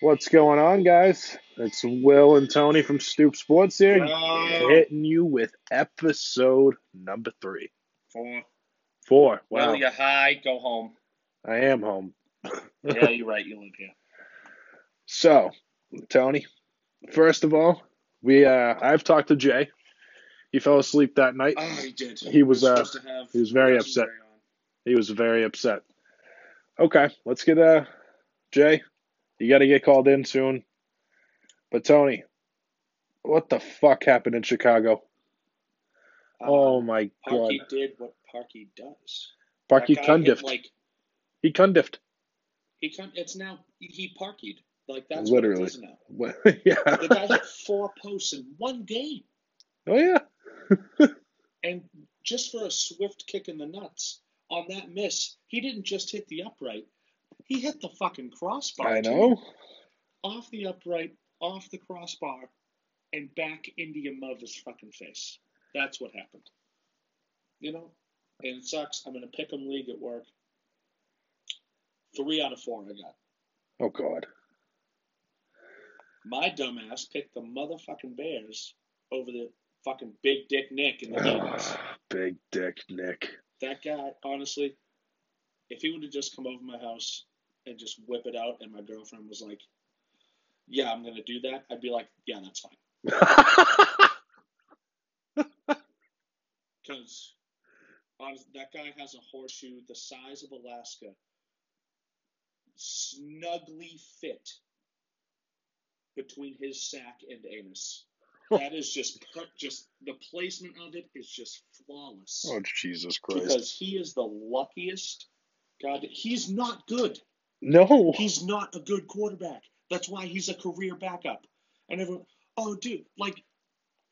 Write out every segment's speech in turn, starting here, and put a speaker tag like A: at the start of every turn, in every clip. A: What's going on, guys? It's Will and Tony from Stoop Sports here,
B: Yo,
A: hitting you with episode number three.
B: four.
A: Four. Wow.
B: Well, you're high. Go home.
A: I am home.
B: Yeah, you're right. You live here.
A: So, Tony, first of all, we uh, I've talked to Jay. He fell asleep that night.
B: Oh, he did.
A: He was,
B: We're
A: uh,
B: supposed to have
A: he was very upset.
B: legendary on.
A: He was very upset. Okay, let's get uh Jay. You got to get called in soon. But Tony, what the fuck happened in Chicago?
B: Uh,
A: Oh my god.
B: Parky did what Parky does. That
A: Parky
B: guy hit,
A: Cundiff.
B: Like
A: He Cundiffed.
B: he con- It's now he parkied. Like that's
A: Literally.
B: What it is now.
A: What- yeah.
B: The guy hit four posts in one game,
A: Oh yeah.
B: and just for a swift kick in the nuts on that miss, he didn't just hit the upright. He hit the fucking crossbar.
A: I
B: too.
A: know.
B: Off the upright, off the crossbar, and back into your mother's fucking face. That's what happened. You know, and it sucks. I'm in a pick'em league at work. Three out of four I got.
A: Oh god.
B: My dumbass picked the motherfucking Bears over the fucking big dick Nick in the Eagles.
A: Big dick Nick.
B: That guy, honestly, if he would have just come over my house and just whip it out, and my girlfriend was like, "Yeah, I'm gonna do that," I'd be like, "Yeah, that's fine." Because honestly, that guy has a horseshoe the size of Alaska, snugly fit between his sack and anus. That is just per- just the placement of it is just flawless.
A: oh Jesus Christ.
B: because he is the luckiest. God, he's not good.
A: No.
B: He's not a good quarterback. That's why he's a career backup. And everyone, oh, dude, like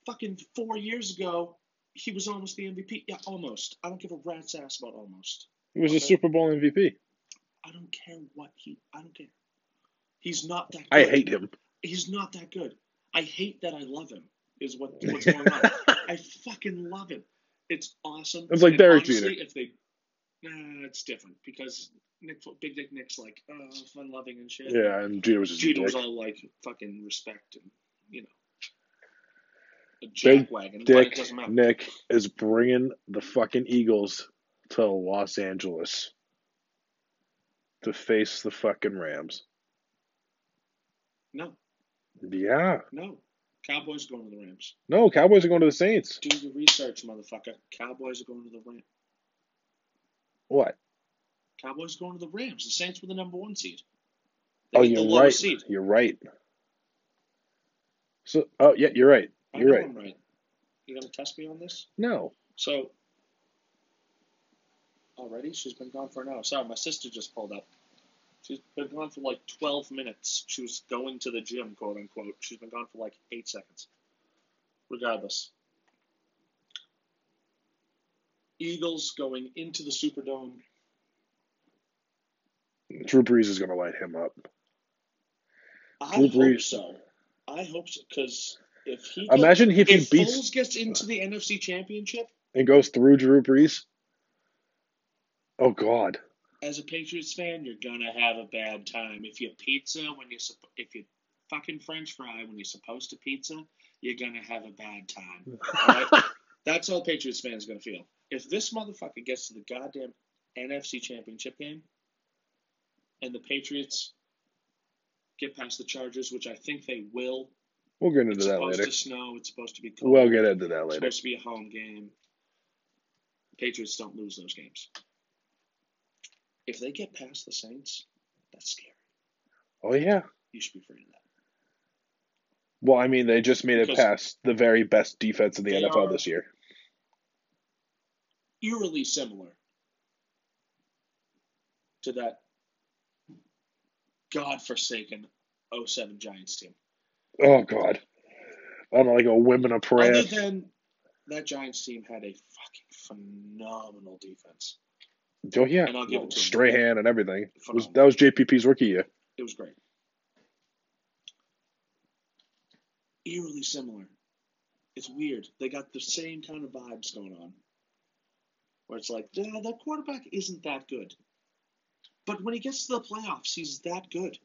B: fucking four years ago, he was almost the MVP. Yeah, almost. I don't give a rat's ass about almost.
A: He was a
B: Okay.
A: Super Bowl MVP.
B: I don't care what he. I don't care. He's not that. Good.
A: I hate him.
B: He's not that good. I hate that I love him. Is what what's going on. I fucking love him. It's awesome.
A: It's like
B: And
A: Derek
B: honestly, If they, nah, it's different because Nick, Big Dick Nick's like oh, fun loving and shit.
A: yeah, and Jeter was just a
B: Jeter was
A: dick.
B: all like fucking respect and you know a
A: Big
B: jackwagon. but it
A: Dick
B: doesn't matter.
A: Nick is bringing the fucking Eagles to Los Angeles to face the fucking Rams.
B: No,
A: Yeah.
B: no. Cowboys going to the Rams.
A: No, Cowboys are going to the Saints.
B: Do your research, motherfucker. Cowboys are going to the Rams.
A: What?
B: Cowboys going to the Rams. The Saints were the number one seed. They
A: Oh,
B: were the
A: you're
B: lowest
A: right.
B: seed.
A: You're right. So, oh yeah, you're right.
B: I
A: You're
B: know
A: right.
B: I'm right. You gonna test me on this?
A: No.
B: So already she's been gone for an hour. Sorry, my sister just pulled up. She's been gone for like twelve minutes. She was going to the gym, quote unquote. She's been gone for like eight seconds. Regardless. Eagles going into the Superdome.
A: Drew Brees is going to light him up.
B: I
A: Drew
B: hope
A: Brees.
B: so. I hope so because if he gets,
A: Imagine if he
B: if
A: beats
B: Foles gets into the NFC Championship
A: and goes through Drew Brees. Oh God.
B: as a Patriots fan, you're gonna have a bad time. If you pizza when you supp- if you fucking French fry when you're supposed to pizza, you're gonna have a bad time. Alright? That's how Patriots fans gonna feel. If this motherfucker gets to the goddamn NFC Championship game, and the Patriots get past the Chargers, which I think they will.
A: We'll get
B: It's
A: into that
B: supposed
A: later.
B: to snow. It's supposed to be cold.
A: We'll get into that
B: it's
A: later.
B: supposed to be a home game. Patriots don't lose those games. If they get past the Saints, that's scary.
A: Oh yeah.
B: You should be afraid of that.
A: Well, I mean, they just made it
B: Because-
A: past the very best defense in the
B: They
A: NFL
B: are-
A: this year.
B: Eerily similar to that godforsaken 07 Giants team.
A: Oh God. On like a whim and a prayer.
B: Other than that Giants team had a fucking phenomenal defense.
A: Oh yeah.
B: and I'll give it to him.
A: Strahan and everything. It was,
B: Phenomenal.
A: that was JPP's rookie year.
B: It was great. Eerily similar. It's weird. They got the same kind of vibes going on. Where it's like, yeah, that quarterback isn't that good. But when he gets to the playoffs, he's that good.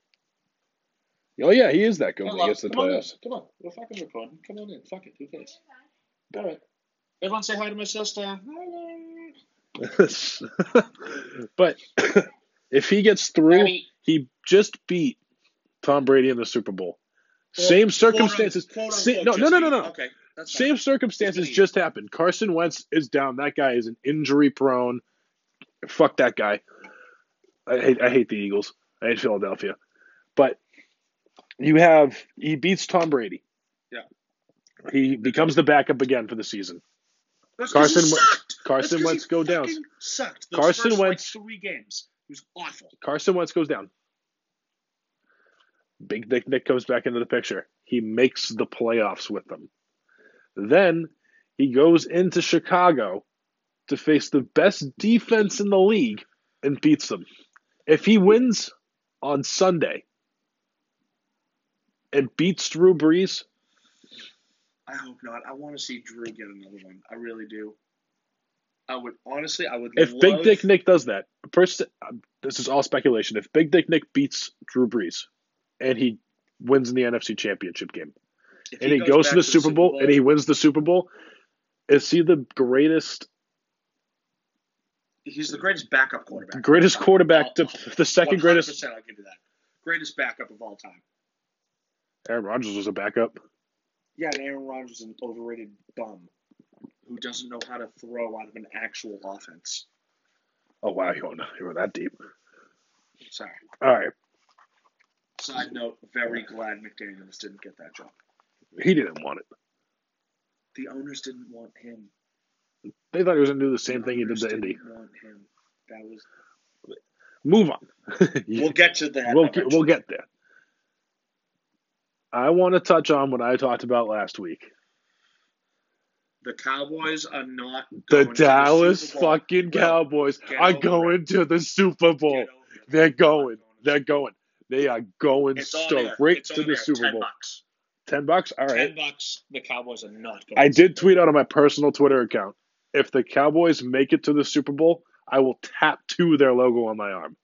A: Oh yeah, he is that good
B: Yeah,
A: when he
B: love
A: gets to
B: it.
A: the
B: Come on in.
A: playoffs.
B: Come on. We're fucking recording. Come on in. Fuck it. Who cares? All right. Everyone say hi to my sister. Hi.
A: but if he gets through,
B: I mean,
A: he just beat Tom Brady in the Super Bowl.
B: Well,
A: Same circumstances.
B: quote unquote,
A: same, no,
B: just
A: no, no, no,
B: beat.
A: no.
B: Okay. That's fine.
A: Same circumstances
B: Just
A: just happened. Carson Wentz is down. That guy is an injury prone. Fuck that guy. I hate I hate the Eagles. I hate Philadelphia. But you have he beats Tom Brady.
B: Yeah.
A: He becomes the backup again for the season.
B: That's 'cause
A: Carson
B: he
A: Wen-
B: sucked. That's
A: Carson
B: 'cause
A: Wentz
B: he
A: go down.
B: fucking Sucked. Those
A: Carson
B: Carson first,
A: Wentz-
B: Like, three games. He was awful.
A: Carson Wentz goes down. Big Dick Nick comes back into the picture. He makes the playoffs with them. Then he goes into Chicago to face the best defense in the league and beats them. If he wins on Sunday and beats Drew Brees,
B: I hope not. I want to see Drew get another one. I really do. I would honestly. I would.
A: if
B: love,
A: Big Dick Nick does that, first, um, this is all speculation. If Big Dick Nick beats Drew Brees and he wins in the NFC Championship game,
B: if
A: and he goes
B: back
A: to the Super Bowl, and he wins the Super Bowl, is he the greatest
B: he's the greatest backup quarterback.
A: greatest quarterback to the second greatest?
B: 100%, I'll give you that. Greatest backup of all time.
A: Aaron Rodgers was a backup.
B: Yeah, and Aaron Rodgers is an overrated bum who doesn't know how to throw out of an actual offense.
A: Oh wow, you went you went that deep.
B: Sorry.
A: All right,
B: Side note: Very glad McDaniel's didn't get that job.
A: he didn't want it.
B: The owners didn't want him.
A: They thought he was gonna do the same
B: The
A: thing he did
B: owners
A: to Indy.
B: didn't want him. That was.
A: Move on.
B: We'll get to that.
A: we'll get,
B: eventually.
A: we'll get there. I want to touch on what I talked about last week.
B: The Cowboys are not.
A: The
B: going to
A: Dallas
B: Super Bowl.
A: fucking
B: Well,
A: Cowboys
B: get
A: are
B: over
A: going to the Super
B: Get
A: Bowl.
B: over it.
A: They're
B: They're not
A: going.
B: to the
A: They're going. They are going
B: It's on there.
A: straight
B: It's
A: to the
B: on there.
A: Super
B: 10
A: Bowl.
B: Bucks.
A: Ten bucks. All right.
B: Ten bucks. The Cowboys are not going.
A: I
B: to
A: did
B: Super
A: tweet out on my personal Twitter account. If the Cowboys make it to the Super Bowl, I will tattoo their logo on my arm.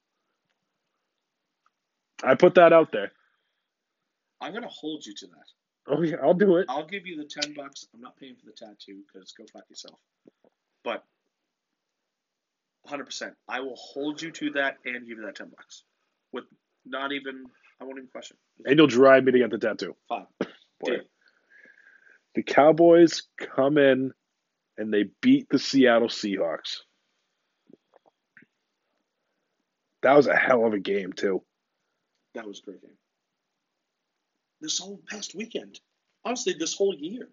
A: I put that out there.
B: Bowl. I'm going to hold you to that.
A: Oh yeah, I'll do it.
B: I'll give you the ten bucks. I'm not paying for the tattoo because go fuck yourself. But 100, percent I will hold you to that and give you that ten bucks with not even. I won't even question.
A: And you'll drive me to get the tattoo.
B: Fine.
A: Boy.
B: Deal.
A: The Cowboys come in and they beat the Seattle Seahawks. That was a hell of a game too.
B: That was a great game. This whole past weekend, honestly, this whole year,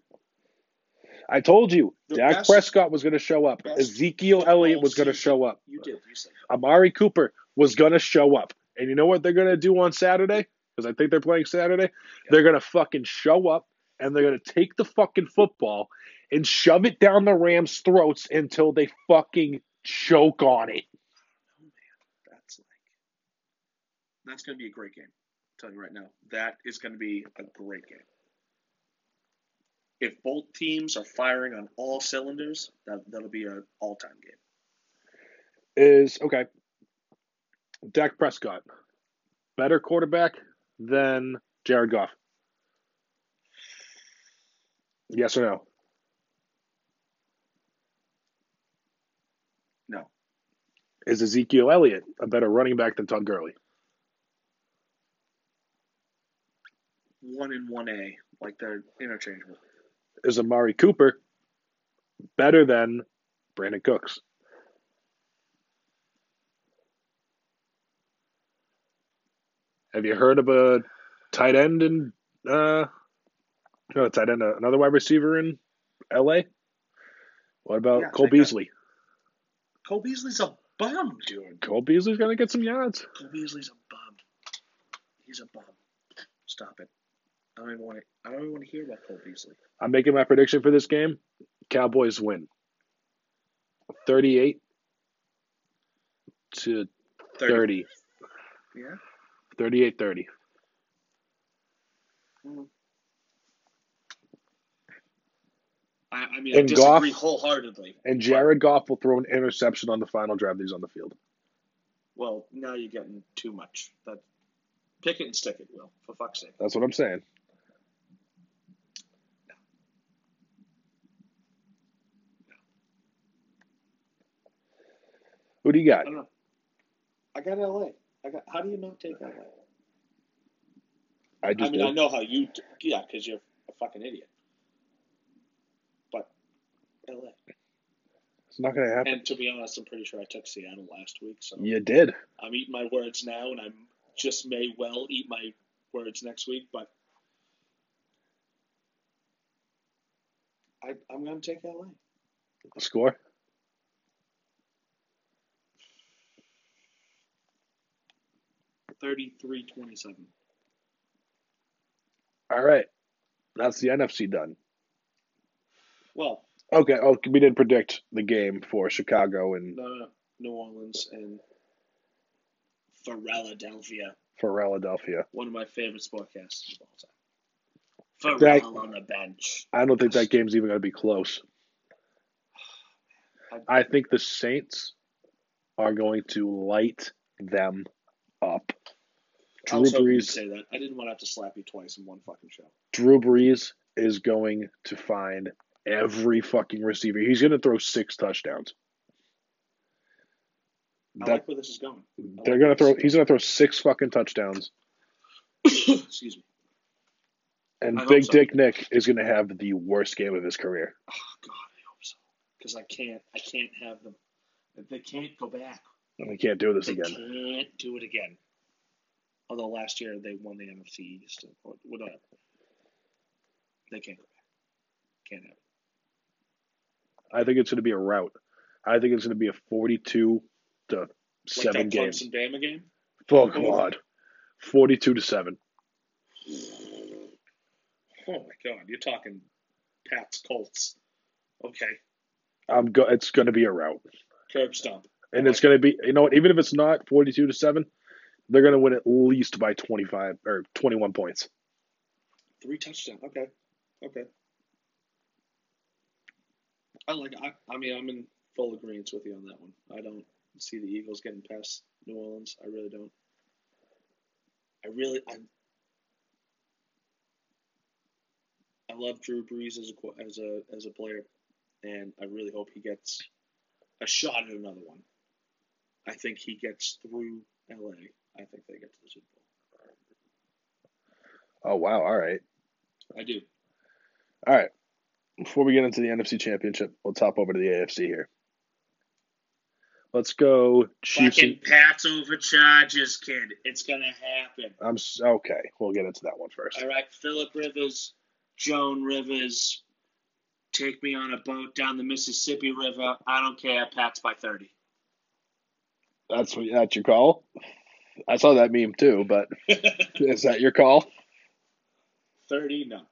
A: I told you,
B: The
A: Dak
B: best-
A: Prescott was going to show up.
B: best
A: Ezekiel
B: football
A: Elliott was going to
B: season.
A: show up.
B: you did. You said "Oh, that.
A: Amari Cooper was going to show up. And you know what they're going to do on Saturday? Because I think they're playing Saturday. They're going to fucking show up and they're going to take the fucking football and shove it down the Rams' throats until they fucking choke on it.
B: Oh man, that's like that's going to be a great game. I'm telling you right now, that is going to be a great game. If both teams are firing on all cylinders, that that'll be an all-time game.
A: Is okay. Dak Prescott, better quarterback than Jared Goff. Yes or no?
B: No,
A: Is Ezekiel Elliott a better running back than Todd Gurley?
B: one and one A, like they're interchangeable.
A: is Amari Cooper better than Brandon Cooks? Have you heard of a tight end in uh no tight end uh, another wide receiver in LA? What about
B: Yeah,
A: Cole
B: they got-
A: Beasley?
B: Cole Beasley's a bum, dude.
A: Cole Beasley's gonna get some yards.
B: Cole Beasley's a bum. He's a bum. Stop it. I don't even want to. I don't even want to hear about Cole Beasley.
A: I'm making my prediction for this game. Cowboys win. 38 to 30.
B: Yeah.
A: 38 30.
B: Mm. I, I mean, I
A: And
B: disagree
A: Goff-
B: wholeheartedly.
A: And Jared Goff will throw an interception on the final drive that he's on the field.
B: Well, now you're getting too much. That Pick it and stick it, Will, for fuck's sake.
A: That's what I'm saying. Who do you
B: I
A: got?
B: don't know. I got LA. I got. How do you not take LA?
A: I just
B: I mean,
A: did.
B: I know how you. T- yeah, because you're a fucking idiot. But LA.
A: It's not gonna happen.
B: And to be honest, I'm pretty sure I took Seattle last week, so
A: You did.
B: I'm eating my words now, and I'm just may well eat my words next week. But I, I'm going to take LA.
A: Score.
B: Thirty-three twenty-seven.
A: All right. That's the NFC done.
B: Well,
A: Okay. Oh, we did predict the game for Chicago and
B: no, no, no. New Orleans and Philadelphia.
A: for Philadelphia.
B: One of my favorite sportcasts of all time.
A: That-
B: Pharrell on the bench.
A: I don't think that game's even gonna be close. I think the Saints are going to light them up.
B: I
A: Drew
B: was hoping you'd
A: Brees
B: say that. I didn't want to have to slap you twice in one fucking show.
A: Drew Brees is going to find every fucking receiver. He's going to throw six touchdowns.
B: I
A: That
B: like where this is going.
A: they're going to throw. He's going to throw six fucking touchdowns,
B: Excuse me.
A: and
B: I hope
A: Big
B: so.
A: Dick Nick is going to have the worst game of his career.
B: Oh God, I hope so. Because I can't, I can't have them. They can't go back.
A: And we can't do this
B: They
A: again.
B: can't do it again. Although last year they won the NFC East, or whatever. They can't go back. Can't have it.
A: I think it's going to be a rout. I think it's going to be a forty-two to
B: Like
A: seven
B: that
A: game.
B: Clemson Bama game.
A: Oh God, forty-two to seven.
B: Oh my God, you're talking Pat's Colts. Okay,
A: I'm go. It's going to be a rout,
B: curb stomp.
A: and it's going to be. You know what? Even if it's not forty-two to seven, they're going to win at least by twenty-five or twenty-one points.
B: Three touchdown. Okay. Okay. I like I, I mean I'm in full agreement with you on that one. I don't see the Eagles getting past New Orleans. I really don't. I really I I love Drew Brees as a qu- as a as a player and I really hope he gets a shot at another one. I think he gets through LA. I think they get to the Super Bowl.
A: Oh wow! All right,
B: I do.
A: all right. Before we get into the NFC Championship, we'll top over to the AFC here. Let's go Chiefs.
B: Fucking
A: And,
B: Pats over Chargers, kid. It's gonna happen.
A: I'm s- okay. We'll get into that one first.
B: All right, Philip Rivers, Joan Rivers, take me on a boat down the Mississippi River. I don't care. Pats by thirty.
A: That's what- that's your call. I saw that meme too, but is that your call?
B: Thirty, no.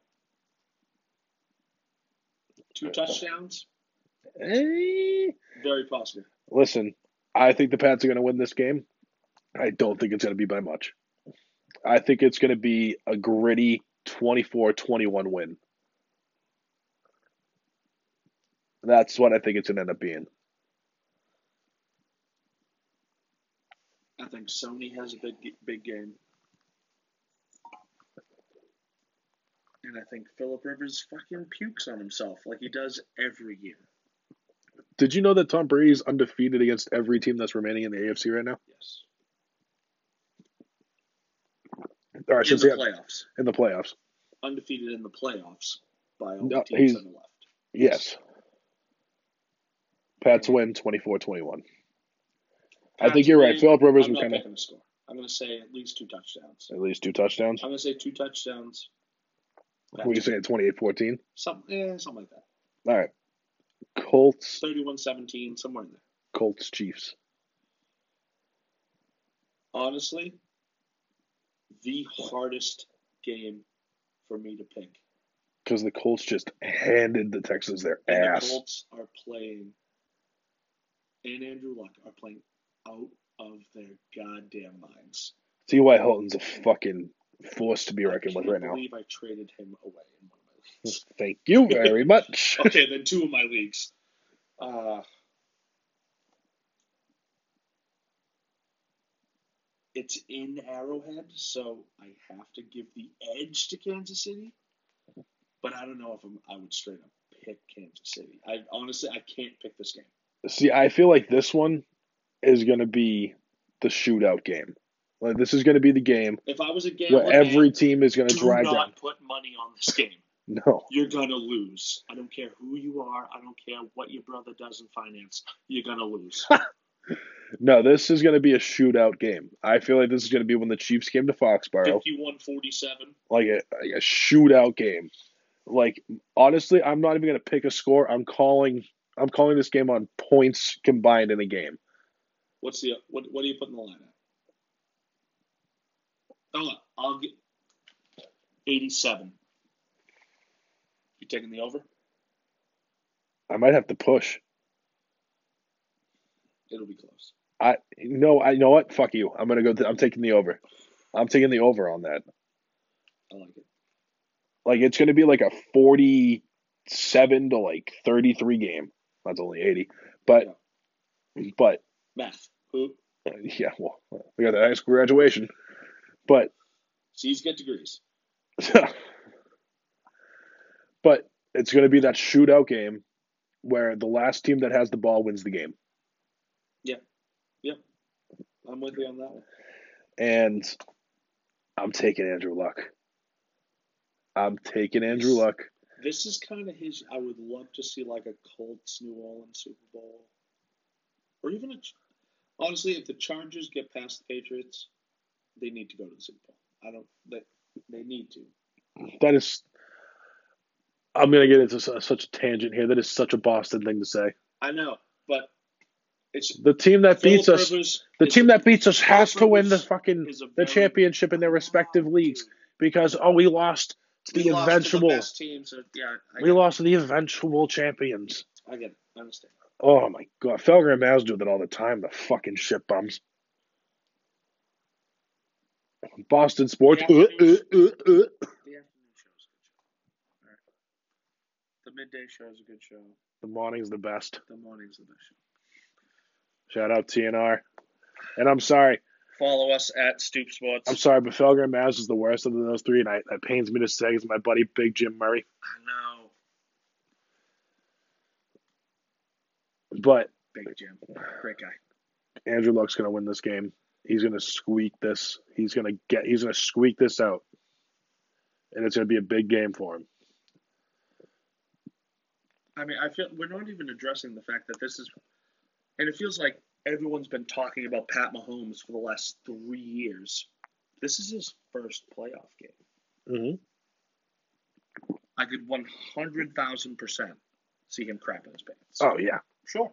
B: Two touchdowns,
A: Eh,
B: very possible.
A: Listen, I think the Pats are going to win this game. I don't think it's going to be by much. I think it's going to be a gritty 24-21 win. That's what I think it's going to end up being.
B: I think Sony has a big big game, and I think Philip Rivers fucking pukes on himself like he does every year.
A: Did you know that Tom Brady's undefeated against every team that's remaining in the AFC right now?
B: Yes.
A: All right,
B: in
A: since
B: the
A: the,
B: playoffs,
A: in the playoffs.
B: undefeated in the playoffs by all
A: No,
B: the teams
A: he's-
B: on the left.
A: Yes. Pats win 24-21. I think you're right. Philip Rivers
B: I'm
A: was
B: not
A: kind of
B: picking a score. I'm going to say at least two touchdowns.
A: at least two touchdowns.
B: I'm going to say two touchdowns.
A: What are you saying, 28-14?
B: Some, yeah, something like that.
A: All right. Colts,
B: 31-17, somewhere in there.
A: Colts, Chiefs.
B: Honestly, the hardest game for me to pick.
A: Because the Colts just handed the Texans their
B: And the
A: ass.
B: Colts are playing, and Andrew Luck are playing out of their goddamn minds.
A: T.Y. Hilton's a fucking force to be reckoned
B: I
A: with
B: can't
A: right now.
B: believe I traded him away in one of my leagues.
A: Thank you very much.
B: okay, then two of my leagues. Uh, It's in Arrowhead, so I have to give the edge to Kansas City. But I don't know if I'm, I would straight up pick Kansas City. I honestly I can't pick this game.
A: See, I feel like this one is going to be the shootout game. Like this is going to be the game
B: If I was a gambler,
A: where every
B: man,
A: team is going to
B: do
A: drive
B: not
A: down.
B: put money on this game.
A: No,
B: You're gonna lose. I don't care who you are. I don't care what your brother does in finance. You're gonna lose.
A: no, this is going to be a shootout game. I feel like this is going to be when the Chiefs came to Foxborough,
B: 51-47.
A: like a, like a shootout game. Like honestly, I'm not even going to pick a score. I'm calling. I'm calling this game on points combined in a game.
B: What's the what? What are you putting the line at? Oh, I'll get eighty-seven. You taking the over?
A: I might have to push.
B: It'll be close.
A: I no, I you know what? Fuck you. I'm gonna go. I'm taking the over. I'm taking the over on that.
B: I like it.
A: Like it's gonna be like a forty-seven to like thirty-three game. That's only eighty, but but
B: Math. Who?
A: yeah, well, we got a nice graduation, but
B: C's get degrees.
A: but it's gonna be that shootout game where the last team that has the ball wins the game,
B: I'm with you on that one.
A: and I'm taking Andrew Luck. I'm taking Andrew Luck.
B: This is kind of his. I would love to see like a Colts New Orleans Super Bowl, or even a. Ch- Honestly, if the Chargers get past the Patriots, they need to go to the Super Bowl. I don't. They, they need to.
A: That is. I'm gonna get into su- such a tangent here. That is such a Boston thing to say.
B: I know, but it's
A: The team that beats
B: Phillip
A: us,
B: Rivers
A: the
B: is
A: team
B: a-
A: that beats us has to win the
B: Rivers
A: fucking
B: is a
A: the
B: very-
A: championship in their respective
B: Wow,
A: leagues
B: dude.
A: because oh we lost to
B: We
A: the
B: lost to
A: eventual
B: the best team, so yeah, I,
A: we lost to the eventual champions.
B: I get it. I understand.
A: Oh my god, Felger and Maz do that all the time. The fucking shit bums. Boston sports. uh, uh,
B: Yeah.
A: uh, uh.
B: The afternoon show is a good show. All right. The midday show is a good show.
A: The morning's the best.
B: The morning's the best show.
A: Shout out TNR. And I'm sorry.
B: Follow us at Stoop Sports.
A: I'm sorry, but Felger and Maz is the worst of those three, and I, that pains me to say because my buddy Big Jim Murray.
B: I know,
A: But
B: Big Jim, great guy.
A: Andrew Luck's gonna win this game. He's gonna squeak this. He's gonna get. He's gonna squeak this out, and it's gonna be a big game for him.
B: I mean, I feel we're not even addressing the fact that this is, and it feels like everyone's been talking about Pat Mahomes for the last three years. This is his first playoff game.
A: Mm-hmm.
B: I could one hundred thousand percent see him crap in his pants.
A: Oh yeah,
B: Sure.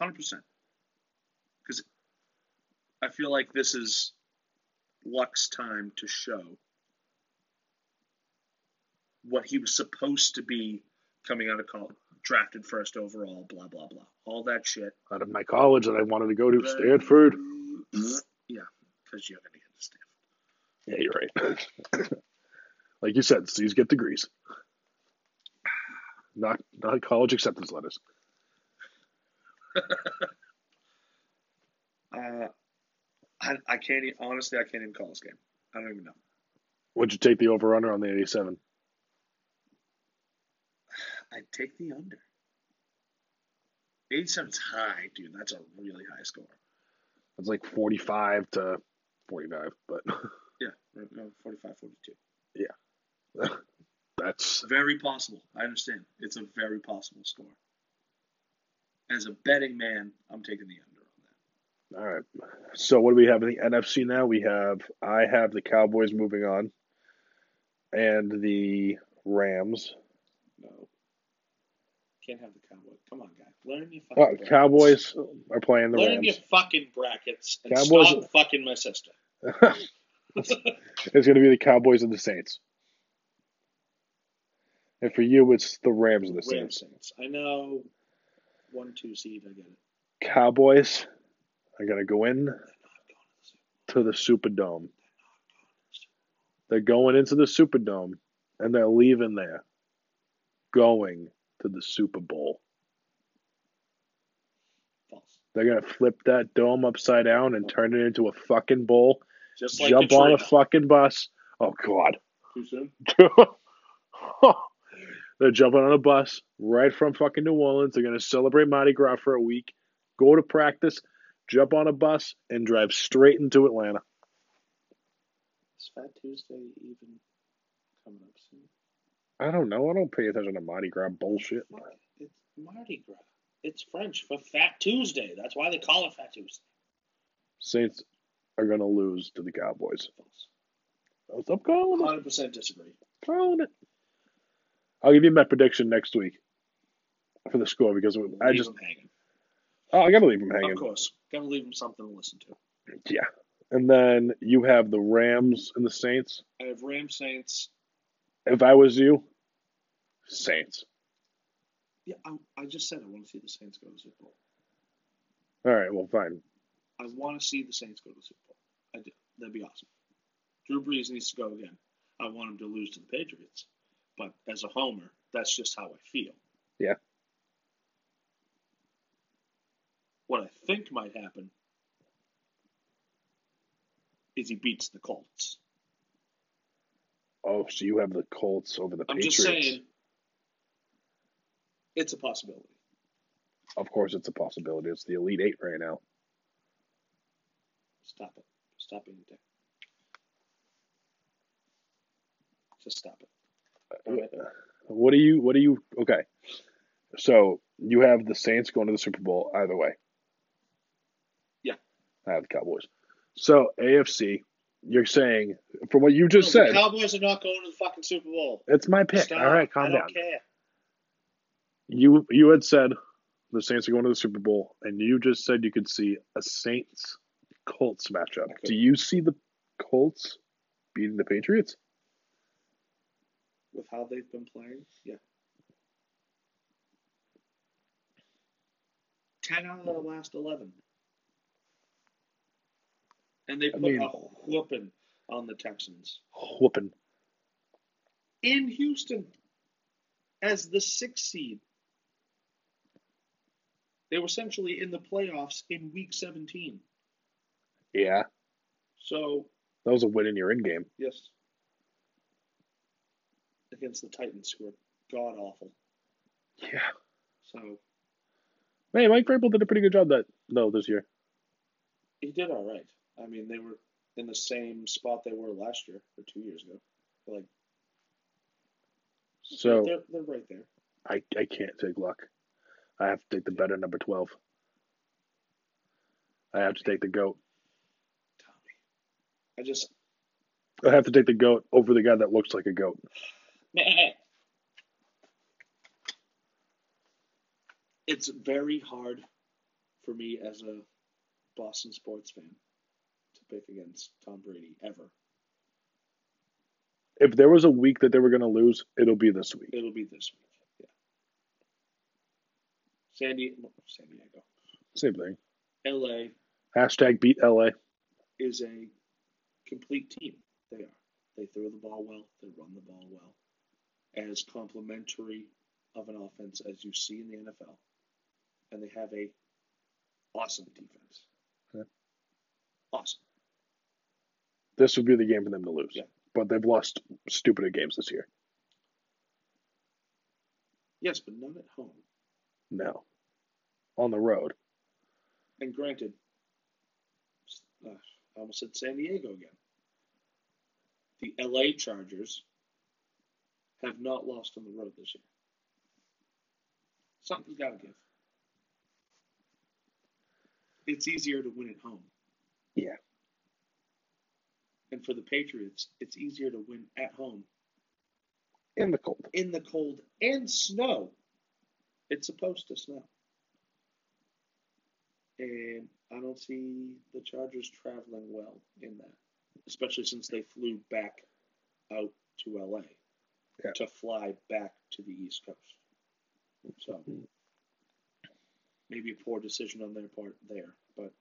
B: Hundred percent. Because I feel like this is Luck's time to show what he was supposed to be coming out of college, drafted first overall, blah blah blah, all that shit.
A: out of my college that I wanted to go to, Stanford.
B: Yeah, because you're gonna get to Stanford.
A: Yeah, you're right. like you said, C's get degrees. Not not college acceptance letters.
B: Uh, I, I can't e- honestly, I can't even call this game. I don't even know.
A: Would you take the over under on the 87?
B: I'd take the under. 87's high, dude. That's a really high score.
A: It's like 45 to 45, but.
B: Yeah, right, no, 45, 42.
A: That's
B: It's very possible. I understand. It's a very possible score. As a betting man, I'm taking the under on that.
A: all right. So what do we have in the NFC now? We have I have the Cowboys moving on, and the Rams.
B: No. Can't have the Cowboys. Come on, guy. Learn your fucking
A: Oh,
B: brackets.
A: Cowboys are playing the
B: Learn your
A: Rams.
B: fucking brackets and
A: Cowboys-
B: stop fucking my sister.
A: It's going to be the Cowboys and the Saints. And for you, it's the Rams and the
B: Rams
A: Saints.
B: Saints. I know one, two seed. I get it.
A: Cowboys are going to go in
B: They're not going to the Super
A: to the Superdome.
B: They're not going to the Super
A: They're going into the Superdome, and they're leaving there, going to the Super Bowl.
B: False.
A: They're gonna flip that dome upside down and turn it into a fucking bowl.
B: Just like
A: jump on a
B: Katrina.
A: fucking bus. Oh God.
B: Too soon?
A: They're jumping on a bus right from fucking New Orleans. They're gonna celebrate Mardi Gras for a week, go to practice, jump on a bus, and drive straight into Atlanta.
B: Is Fat Tuesday even coming up soon?
A: I don't know. I don't pay attention to Mardi Gras bullshit.
B: Mar- It's Mardi Gras. It's French for Fat Tuesday. That's why they call it Fat Tuesday.
A: Saints are gonna lose to the Cowboys.
B: Folks.
A: I'm calling it.
B: 100% disagree.
A: Calling it. I'll give you my prediction next week for the score because I
B: Leave
A: just
B: 'em hanging.
A: oh I gotta leave them hanging.
B: Of course. Gotta leave them something to listen to.
A: Yeah. And then you have the Rams and the Saints.
B: I have Ram Saints.
A: If I was you, Saints.
B: Yeah, I, I just said I want to see the Saints go to the Super Bowl.
A: All right, well, fine.
B: I want to see the Saints go to the Super Bowl. I do. That'd be awesome. Drew Brees needs to go again. I want him to lose to the Patriots, but as a homer, that's just how I feel.
A: Yeah.
B: What I think might happen is he beats the Colts.
A: Oh, so you have the Colts over the
B: I'm
A: Patriots.
B: just saying, it's a possibility.
A: Of course, it's a possibility. It's the Elite Eight right now.
B: Stop it. Stop being a dick. Just stop it.
A: Uh,
B: Alright.
A: What do you? What do you? Okay. So you have the Saints going to the Super Bowl either way.
B: Yeah.
A: I have the Cowboys. So AFC, you're saying from what you just
B: No, the
A: said,
B: Cowboys are not going to the fucking Super Bowl.
A: it's my pick.
B: Stop.
A: All right,
B: I
A: calm
B: don't
A: down.
B: care.
A: You you had said the Saints are going to the Super Bowl, and you just said you could see a Saints Colts matchup.
B: Okay.
A: Do you see the Colts beating the Patriots?
B: With how they've been playing, yeah. Ten out of the last eleven, and they put
A: mean-
B: a whooping on the Texans
A: Whooping.
B: in Houston as the sixth seed. They were essentially in the playoffs in Week 17.
A: Yeah,
B: So
A: that was a win in your in game.
B: Yes. Against the Titans, who are god awful.
A: Yeah.
B: So
A: Hey, Mike Vrabel did a pretty good job that though this year.
B: he did all right. I mean, they were in the same spot they were last year or two years ago. Like
A: So
B: they're they're right there.
A: I, I can't take luck. I have to take the better number twelve. I have to take the goat.
B: Tommy, I just
A: I have to take the goat over the guy that looks like a goat.
B: It's very hard for me as a Boston sports fan to pick against Tom Brady ever.
A: If there was a week that they were going to lose, it'll be this week.
B: It'll be this week. Yeah. San Diego, San Diego.
A: Same thing.
B: LA
A: Hashtag beat LA.
B: is a complete team. They are. They throw the ball well, they run the ball well. As complementary of an offense as you see in the NFL. And they have a awesome defense.
A: Yeah.
B: Awesome.
A: this would be the game for them to lose.
B: Yeah.
A: But they've lost stupider games this year.
B: Yes, but none at home.
A: No. On the road.
B: And granted, uh, I almost said San Diego again. The LA Chargers have not lost on the road this year. Something's got to give. It's easier to win at home.
A: Yeah.
B: And for the Patriots, it's easier to win at home
A: In the cold.
B: in the cold and snow. It's supposed to snow. And I don't see the Chargers traveling well in that, especially since they flew back out to LA
A: Yeah.
B: to fly back to the East Coast. So maybe a poor decision on their part there, but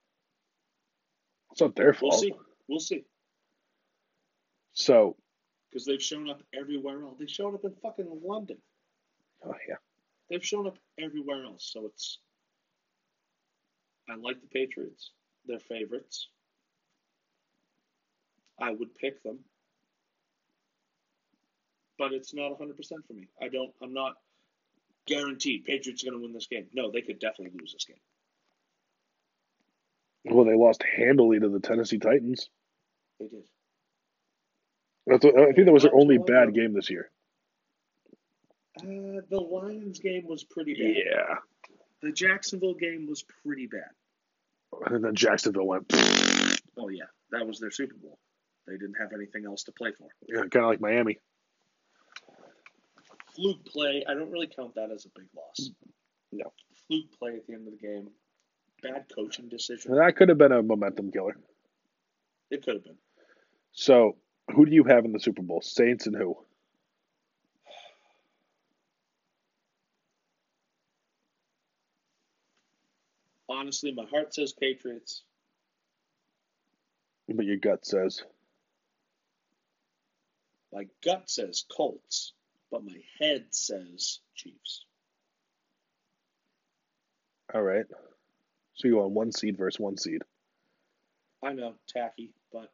A: It's not their
B: we'll
A: fault.
B: see. We'll see.
A: So,
B: Because they've shown up everywhere else. They showed up in fucking London.
A: oh, yeah.
B: They've shown up everywhere else, so it's I like the Patriots. They're favorites. I would pick them. But it's not 100% for me. I don't, I'm not guaranteed Patriots are going to win this game. No, they could definitely lose this game.
A: Well, they lost handily to the Tennessee Titans.
B: They did.
A: That's what, I think that was their only bad game this year.
B: Uh, the Lions game was pretty bad.
A: Yeah.
B: The Jacksonville game was pretty bad.
A: And then Jacksonville went, "Pfft."
B: Oh, yeah. That was their Super Bowl. They didn't have anything else to play for.
A: yeah, kind of like Miami.
B: Fluke play, I don't really count that as a big loss.
A: No.
B: Fluke play at the end of the game, bad coaching decision.
A: And that could have been a momentum killer.
B: It could have been.
A: So, who do you have in the Super Bowl? Saints and who?
B: Honestly, my heart says Patriots.
A: But your gut says.
B: My gut says Colts, but my head says Chiefs.
A: All right. So you on one seed versus one seed.
B: I know, tacky, but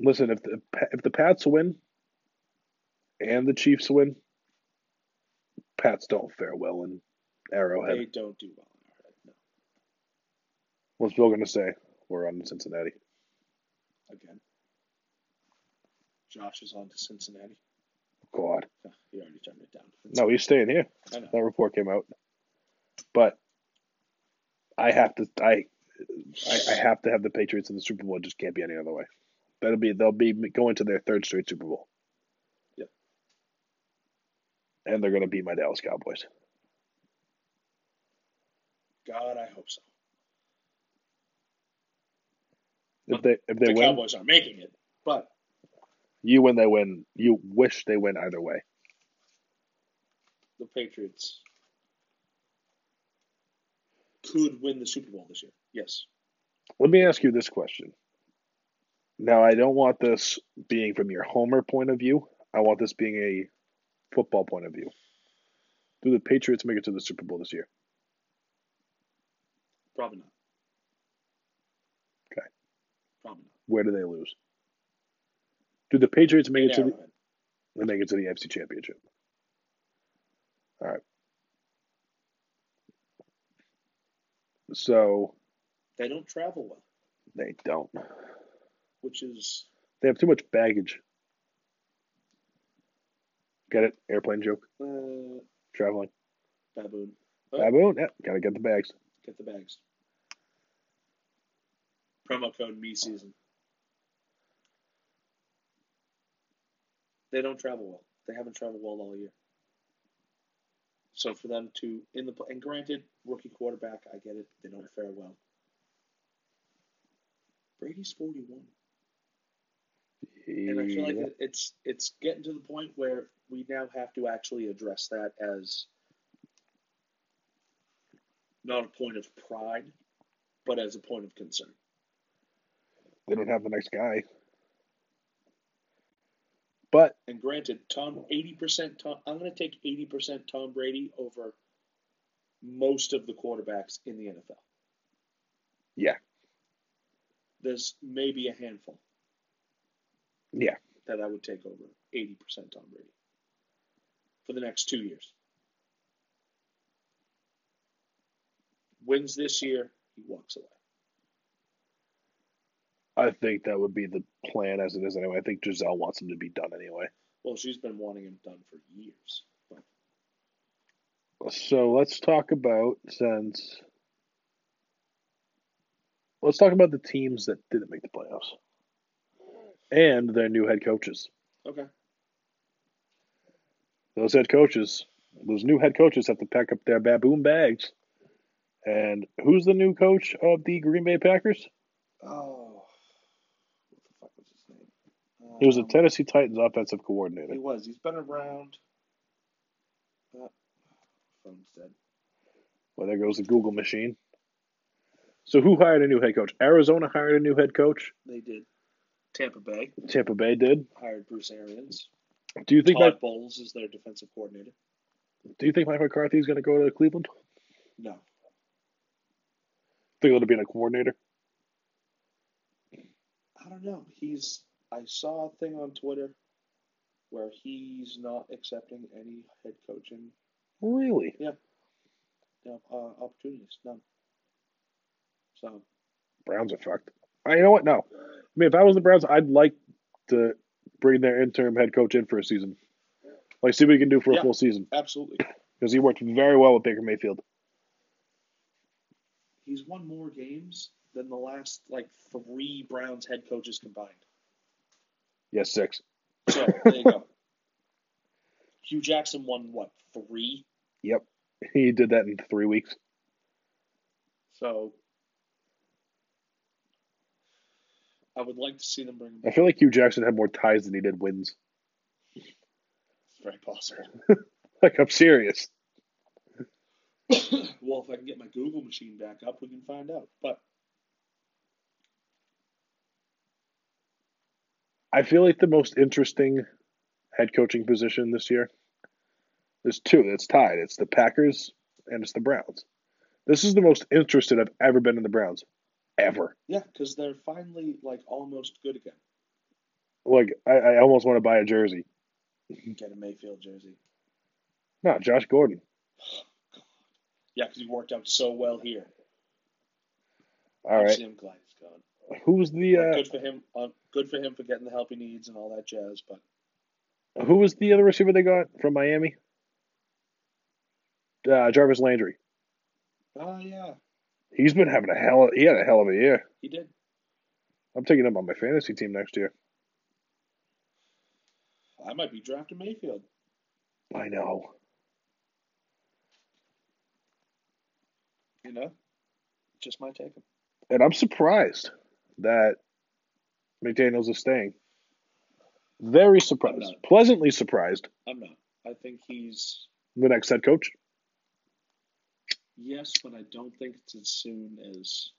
A: Listen, if the if the Pats win, and the Chiefs win, Pats don't fare well in Arrowhead.
B: they don't do well in our head. No.
A: What's Bill gonna say? We're on Cincinnati.
B: again. Josh is on to Cincinnati.
A: God,
B: Oh, he already turned it down.
A: no, he's staying here.
B: I know.
A: That report came out, but I have to. I, I I have to have the Patriots in the Super Bowl. It just can't be any other way. That'll be they'll be going to their third straight Super Bowl.
B: Yeah.
A: And they're gonna beat my Dallas Cowboys.
B: God, I hope so.
A: If they if they
B: the
A: win,
B: Cowboys aren't making it, but
A: you win, they win. You wish they win either way.
B: the Patriots could win the Super Bowl this year. Yes.
A: Let me ask you this question. Now, I don't want this being from your homer point of view. I want this being a football point of view. Do the Patriots make it to the Super Bowl this year?
B: Probably not.
A: Okay.
B: Probably not.
A: Where do they lose? Do the Patriots make it to the
B: Arrowhead.
A: they make it to the AFC Championship? All right. So
B: They don't travel well,
A: they don't.
B: which is
A: They have too much baggage. Get it? Airplane joke.
B: uh,
A: Traveling.
B: baboon. Oh.
A: Baboon. Yeah, gotta get the bags.
B: Get the bags. Promo code me season. They don't travel well. They haven't traveled well all year. So for them to in the and granted rookie quarterback, I get it. They don't fare well. Brady's forty one, and I feel like
A: Yeah.
B: it- it's it's getting to the point where we now have to actually address that as not a point of pride, but as a point of concern.
A: they don't have the next guy. But
B: And granted, Tom eighty percent Tom I'm gonna take eighty percent Tom Brady over most of the quarterbacks in the NFL.
A: Yeah.
B: There's maybe a handful.
A: Yeah.
B: That I would take over eighty percent Tom Brady. For the next two years. Wins this year, he walks away.
A: I think that would be the plan as it is anyway. I think Giselle wants him to be done anyway.
B: Well, she's been wanting him done for years. But
A: So let's talk about since let's talk about the teams that didn't make the playoffs and their new head coaches.
B: okay.
A: Those head coaches, those new head coaches have to pack up their baboon bags. And who's the new coach of the Green Bay Packers?
B: Oh, what the fuck was his name?
A: He was a
B: Um,
A: Tennessee Titans offensive coordinator.
B: He was. He's been around. Uh, phone's dead.
A: Well, there goes the Google machine. So who hired a new head coach? Arizona hired a new head coach.
B: They did. Tampa Bay
A: Tampa Bay did.
B: hired Bruce Arians.
A: Do you think
B: Todd
A: that?
B: Bowles is their defensive coordinator.
A: Do you think Mike McCarthy is going to go to Cleveland?
B: No,
A: Think it'll be in a coordinator.
B: I don't know. He's. I saw a thing on Twitter where he's not accepting any head coaching
A: Really?
B: you know, uh, opportunities. None. So
A: Browns are fucked. I, you know what? No. I mean, if I was the Browns, I'd like to bring their interim head coach in for a season. Like, see what he can do for a
B: Yeah.
A: full season
B: absolutely,
A: because he worked very well with Baker Mayfield.
B: he's won more games than the last like three Browns head coaches combined.
A: Yes, six.
B: So there you go. Hugh Jackson won what three?
A: Yep. He did that in three weeks.
B: So I would like to see them bring him
A: I
B: back.
A: feel like Hugh Jackson had more ties than he did wins.
B: It's very possible.
A: Like, I'm serious.
B: well, if I can get my Google machine back up, we can find out. But
A: I feel like the most interesting head coaching position this year. There's two that's tied. It's the Packers and it's the Browns. This is the most interested I've ever been in the Browns, ever.
B: yeah, because they're finally like almost good again.
A: Like I, I almost want to buy a jersey.
B: Get a Mayfield jersey.
A: No, Josh Gordon.
B: Yeah, because he worked out so well here.
A: All right.
B: Sam Clyde's gone.
A: Who's the
B: Good for him. Uh, good for him for getting the help he needs and all that jazz. But
A: uh, who was the other receiver they got from Miami? Uh, Jarvis Landry.
B: oh yeah,
A: He's been having a hell. He had a hell of a year.
B: he did.
A: I'm taking him on my fantasy team next year.
B: I might be drafting Mayfield.
A: I know.
B: You know, just might take him.
A: And I'm surprised that McDaniels is staying. Very surprised.
B: not.
A: Pleasantly surprised.
B: I'm not. I think he's
A: The next head coach.
B: yes, but I don't think it's as soon as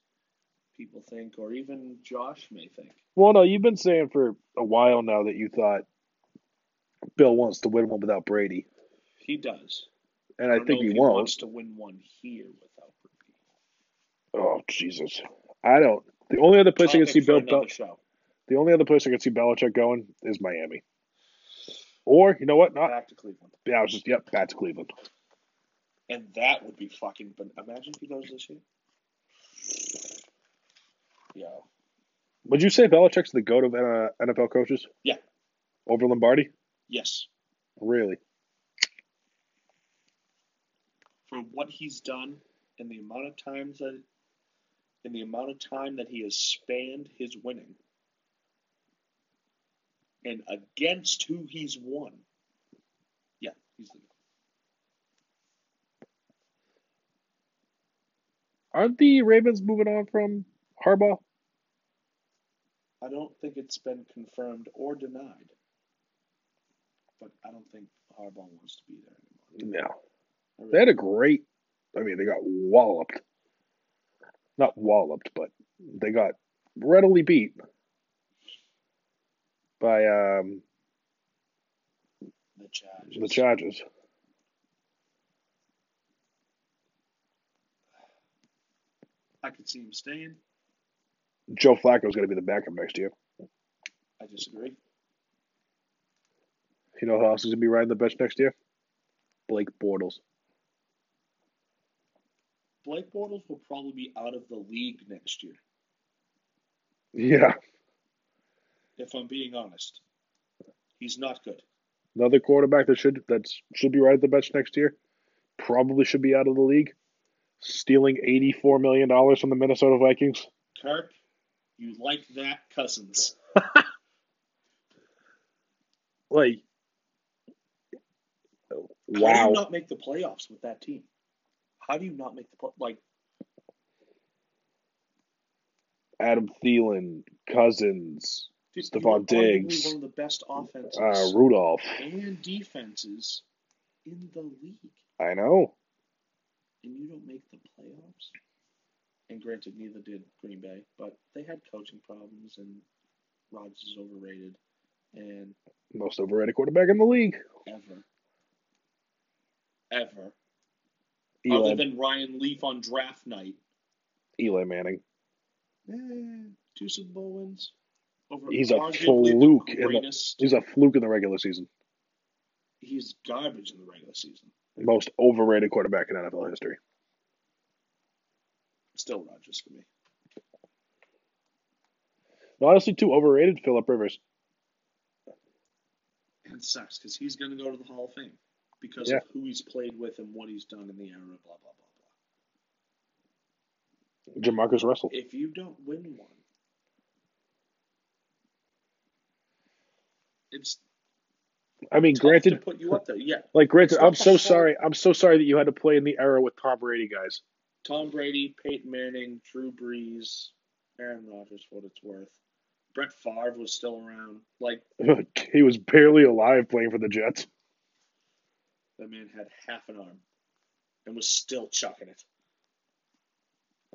B: people think, or even Josh may think.
A: Well, no, you've been saying for a while now that you thought Bill wants to win one without Brady,
B: He does.
A: and I,
B: don't
A: think
B: know
A: he,
B: if
A: won't.
B: wants to win one here without Brady.
A: Oh Jesus, I don't. The only other place I can see
B: Topic for
A: Bill,
B: another
A: Bel-
B: show.
A: the only other place I can see Belichick going is Miami. Or you know what? Not.
B: Back to Cleveland,
A: Yeah, I was just yep. Back to Cleveland.
B: and that would be fucking. But imagine if he goes this year. Yeah,
A: Would you say Belichick's the goat of uh, NFL coaches?
B: Yeah.
A: Over Lombardi,
B: yes,
A: really?
B: for what he's done and the amount of times that, in the amount of time that he has spanned his winning, and against who he's won. Yeah, he's the.
A: Aren't the Ravens moving on from Harbaugh?
B: I don't think it's been confirmed or denied. But I don't think Harbaugh wants to be there anymore.
A: No,
B: I really
A: they had a great. I mean, they got walloped. Not walloped, but they got readily beat by um,
B: the Chargers.
A: the Chargers.
B: I could see him staying.
A: Joe Flacco's going to be the backup next year.
B: I disagree.
A: You know who else is going to be riding the bench next year? Blake Bortles.
B: Blake Bortles will probably be out of the league next year,
A: Yeah,
B: if I'm being honest. He's not good.
A: another quarterback that should that should be riding the bench next year. Probably should be out of the league. Stealing eighty four million dollars from the Minnesota Vikings.
B: Kirk, you like that, Cousins.
A: Like,
B: How do
A: wow.
B: you not make the playoffs with that team? How do you not make the play? Like,
A: Adam Thielen, Cousins,
B: dude,
A: Stephon
B: you are arguably
A: Diggs.
B: One of the best offenses.
A: uh, Rudolph.
B: and defenses in the league,
A: I know.
B: and you don't make the playoffs. And granted, neither did Green Bay, but they had coaching problems, and Rodgers is overrated, and
A: Most overrated quarterback in the league.
B: ever, ever, other
A: Eli,
B: than Ryan Leaf on draft night,
A: Eli Manning.
B: Eh, two Super Bowl wins. Over
A: He's a
B: arguably the
A: fluke in the-
B: greatest-
A: He's a fluke in the regular season.
B: he's garbage in the regular season.
A: Most overrated quarterback in NFL history.
B: Still Rodgers for me.
A: Honestly, too overrated. Philip Rivers.
B: And it sucks because he's going to go to the Hall of Fame because
A: Yeah.
B: of who he's played with and what he's done in the era, blah, blah, blah, blah.
A: Jamarcus Russell.
B: If you don't win one, it's
A: I mean,
B: tough to
A: granted,
B: put you up there. Yeah,
A: like granted, I'm
B: It's not
A: so
B: the fault.
A: sorry. I'm so sorry that you had to play in the era with Tom Brady guys.
B: Tom Brady, Peyton Manning, Drew Brees, Aaron Rodgers, for what it's worth. Brett Favre was still around. Like,
A: he was barely alive playing for the Jets.
B: that man had half an arm and was still chucking it.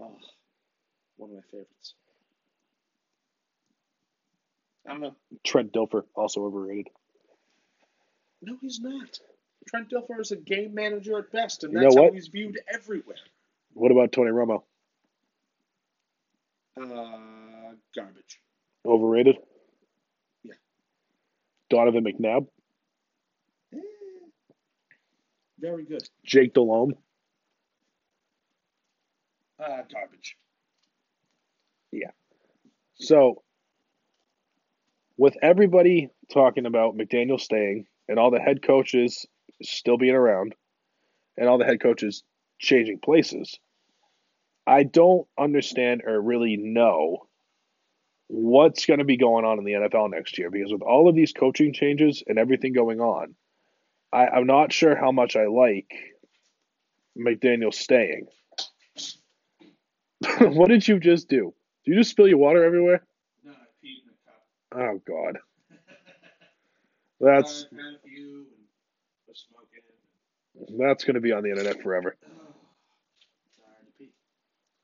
B: Oh, one of my favorites. I don't know.
A: Trent Dilfer also overrated.
B: No, he's not. Trent Dilfer is a game manager at best, and
A: You
B: that's
A: know
B: how
A: what?
B: he's viewed everywhere.
A: What about Tony Romo?
B: Uh, garbage.
A: Overrated.
B: Yeah.
A: Donovan McNabb,
B: Eh, Very good.
A: Jake Delhomme.
B: Uh, garbage.
A: So, with everybody talking about McDaniel staying and all the head coaches still being around and all the head coaches changing places, I don't understand or really know what's going to be going on in the NFL next year because with all of these coaching changes and everything going on, I, I'm not sure how much I like McDaniel staying. what did you just do? Did you just spill your water everywhere?
B: No, I peed in the
A: Oh God,
B: cup.
A: that's
B: I have you and was smoking.
A: that's gonna be on the internet forever.
B: Oh, tired to pee.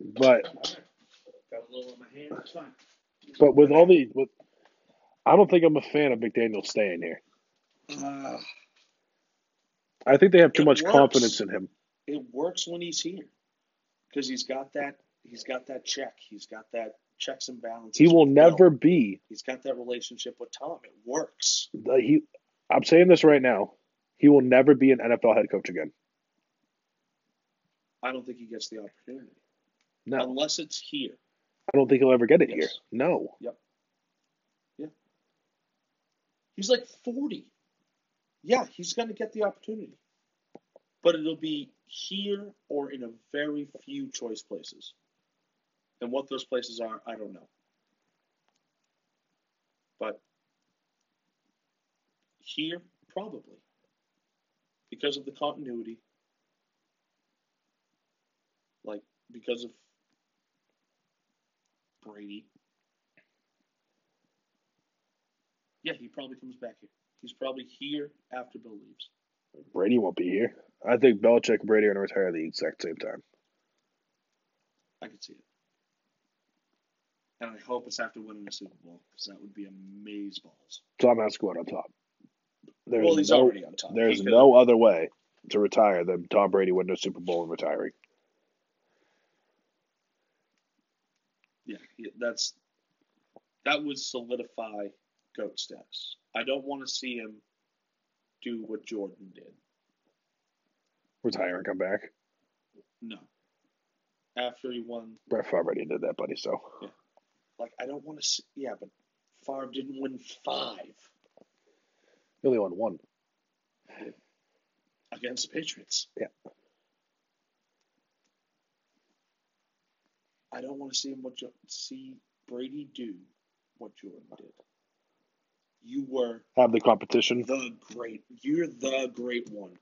A: But
B: Got a little on my hand. It's fine.
A: but with all the, with, I don't think I'm a fan of McDaniel staying here.
B: Uh,
A: I think they have too
B: It
A: much
B: works.
A: confidence in him.
B: it works when he's here because he's got that. He's got that check. He's got that checks and balances.
A: He will
B: with
A: never
B: Bill.
A: be.
B: He's got that relationship with Tom. It works.
A: the- He, I'm saying this right now. He will never be an NFL head coach again.
B: I don't think he gets the opportunity
A: No,
B: unless it's here.
A: I don't think he'll ever get it
B: Yes.
A: here. No,
B: He's like forty. Yeah, he's going to get the opportunity, but it'll be here or in a very few choice places. And what those places are, I don't know. But here, probably. Because of the continuity. Like, because of Brady. Yeah, he probably comes back here. He's probably here after Bill leaves.
A: Brady won't be here. I think Belichick and Brady are gonna retire at the exact same time.
B: I could see it. And I hope it's after winning the Super Bowl, because that would be amazeballs. balls.
A: Tom has going on top. There's
B: Well, he's
A: no-
B: already on top.
A: There's
B: He could-
A: no other way to retire than Tom Brady winning a Super Bowl and retiring.
B: Yeah, he- that's that would solidify goat status. I don't want to see him do what Jordan did.
A: Retire and come back.
B: No. After he won,
A: Brett Favre already did that, buddy. So
B: like I don't want to see. Yeah, but Favre didn't win five
A: he only won one.
B: against the Patriots.
A: Yeah.
B: I don't want to see him what Jo- see Brady do what Jordan did. You were
A: Have the competition.
B: the great. You're the great one.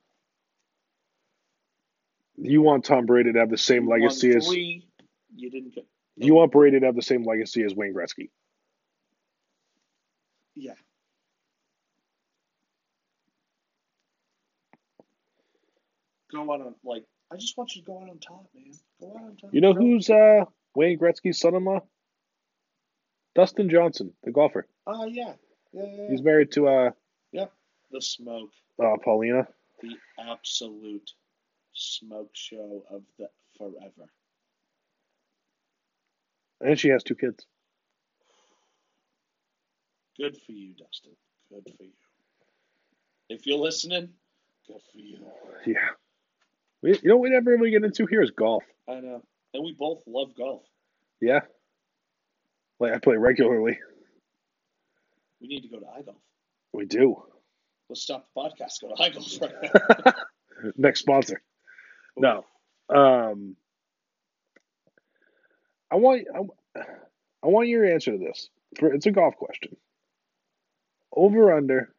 A: You want Tom Brady to have the same
B: You won
A: legacy as
B: three. You didn't get.
A: you want Brady to have the same legacy as Wayne Gretzky.
B: Yeah. Go out on like I just want you to go out on top, man. Go out on top.
A: You know
B: Go-
A: who's uh, Wayne Gretzky's son-in-law? Dustin Johnson, the golfer.
B: Ah, yeah. Yeah, yeah,
A: He's
B: yeah.
A: married to uh,
B: The smoke,
A: uh Paulina.
B: the absolute smoke show of the forever.
A: And she has two kids.
B: Good for you, Dustin. Good for you. If you're listening, good for you.
A: Yeah. We, you know what we never really get into here is golf.
B: I know. And we both love golf.
A: Yeah. Like I play regularly.
B: We need to go to iGolf.
A: We do.
B: Let's stop the podcast. Go to iGolf right now.
A: Next sponsor. No. Um I want I, I want your answer to this. For, it's a golf question. Over under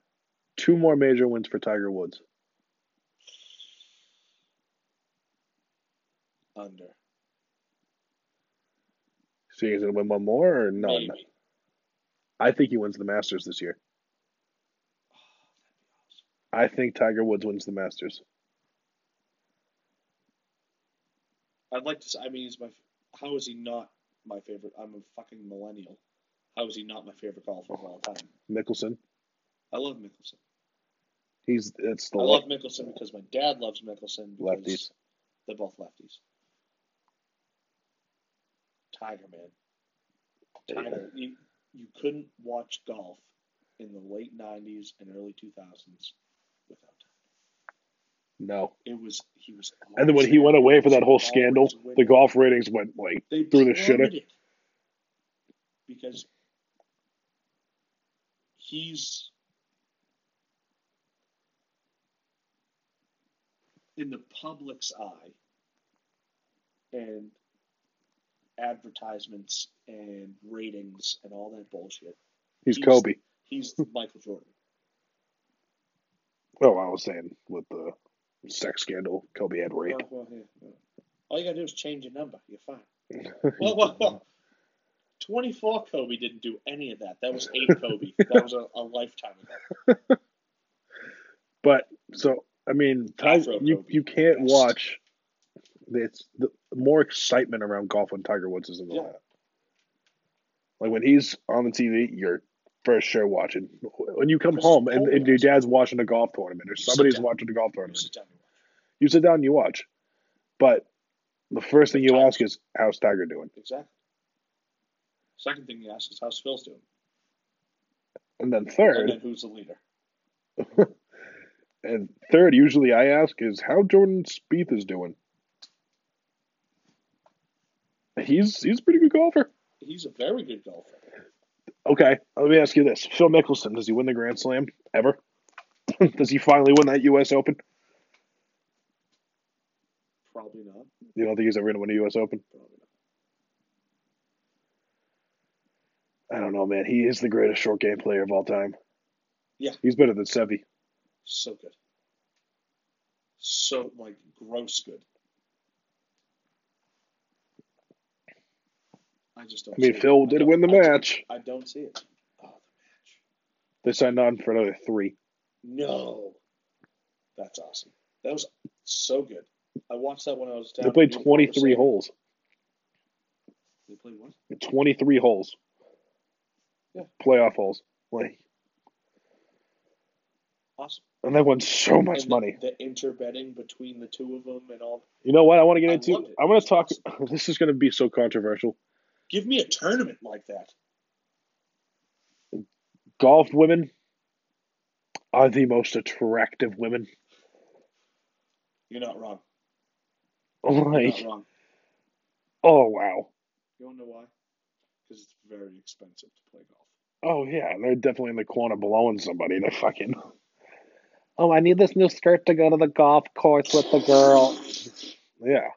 A: two more major wins for Tiger Woods.
B: Under.
A: So he's gonna win one more or no?
B: Maybe.
A: I think he wins the Masters this year.
B: Oh,
A: I think Tiger Woods wins the Masters.
B: I'd like to. Say, I mean, he's my. How is he not my favorite? I'm a fucking millennial. How is he not my favorite golfer of all time?
A: Mickelson.
B: I love Mickelson.
A: He's it's the
B: I
A: left,
B: love Mickelson because my dad loves Mickelson. Because
A: lefties.
B: They're both lefties. Tiger man. Tiger, you, you couldn't watch golf in the late '90s and early 2000s without.
A: No.
B: It was he was.
A: And then when he went away for that whole
B: always
A: scandal,
B: winning.
A: the golf ratings went like
B: they
A: through the shitter.
B: plummeted. Because he's in the public's eye and advertisements and ratings and all that bullshit.
A: he's
B: he's-
A: Kobe.
B: He's Michael Jordan.
A: Oh, I was saying with the sex scandal, Kobe had rape.
B: Oh, well, yeah, yeah. All you gotta do is change your number. You're fine. Whoa, whoa, whoa. 24 Kobe didn't do any of that. That was 8 Kobe. that was a, a lifetime ago.
A: But so I mean,
B: Afro
A: you
B: Kobe.
A: you can't
B: Best.
A: watch. It's the more excitement around golf when Tiger Woods is in the
B: Yeah.
A: lineup. Like when he's on the TV, you're for sure watching. When you come
B: This is
A: home and, and your
B: polarizing.
A: dad's watching a golf tournament or
B: sit
A: somebody's
B: down.
A: watching a golf
B: You
A: tournament,
B: sit down and watch.
A: you sit down and you watch. But the first thing you
B: Tiger.
A: ask is, "How's Tiger doing?"
B: Exactly. Second thing you ask is how's Phil's doing?
A: And then
B: And then
A: third,
B: who's the leader?
A: and third usually I ask is how Jordan Spieth is doing. He's he's a pretty good golfer.
B: He's a very good golfer.
A: Okay, let me ask you this: Phil Mickelson, does he win the Grand Slam ever? does he finally win that U.S. Open?
B: Probably not.
A: You don't think he's ever going to win a U.S. Open?
B: Probably not.
A: I don't know, man. He is the greatest short game player of all time.
B: Yeah.
A: he's better than Seve.
B: So good. So like gross good. I just don't
A: I mean,
B: see it.
A: Phil did
B: don't-
A: win the
B: I don't-
A: match.
B: I don't see it. Oh, the match.
A: They signed on for another three.
B: No. That's awesome. That was so good. I watched that when I was down.
A: They
B: in
A: played
B: Newport,
A: twenty-three
B: Rhode
A: holes.
B: Island. They played what?
A: Twenty-three holes.
B: Yeah.
A: Playoff holes. Like,
B: Awesome.
A: and they won so much
B: And the-
A: money.
B: The, interbedding between the two of them and all.
A: You know what? I want to get
B: I
A: into.
B: loved it.
A: I want to talk. This is going to be so controversial.
B: Give me a tournament like that.
A: Golf women are the most attractive women.
B: You're not wrong. You're
A: Like,
B: not wrong.
A: oh wow.
B: You want to know why? Because it's very expensive to play golf.
A: Oh yeah, they're definitely in the corner blowing somebody to fucking. Oh, I need this new skirt to go to the golf course with the girl. Yeah,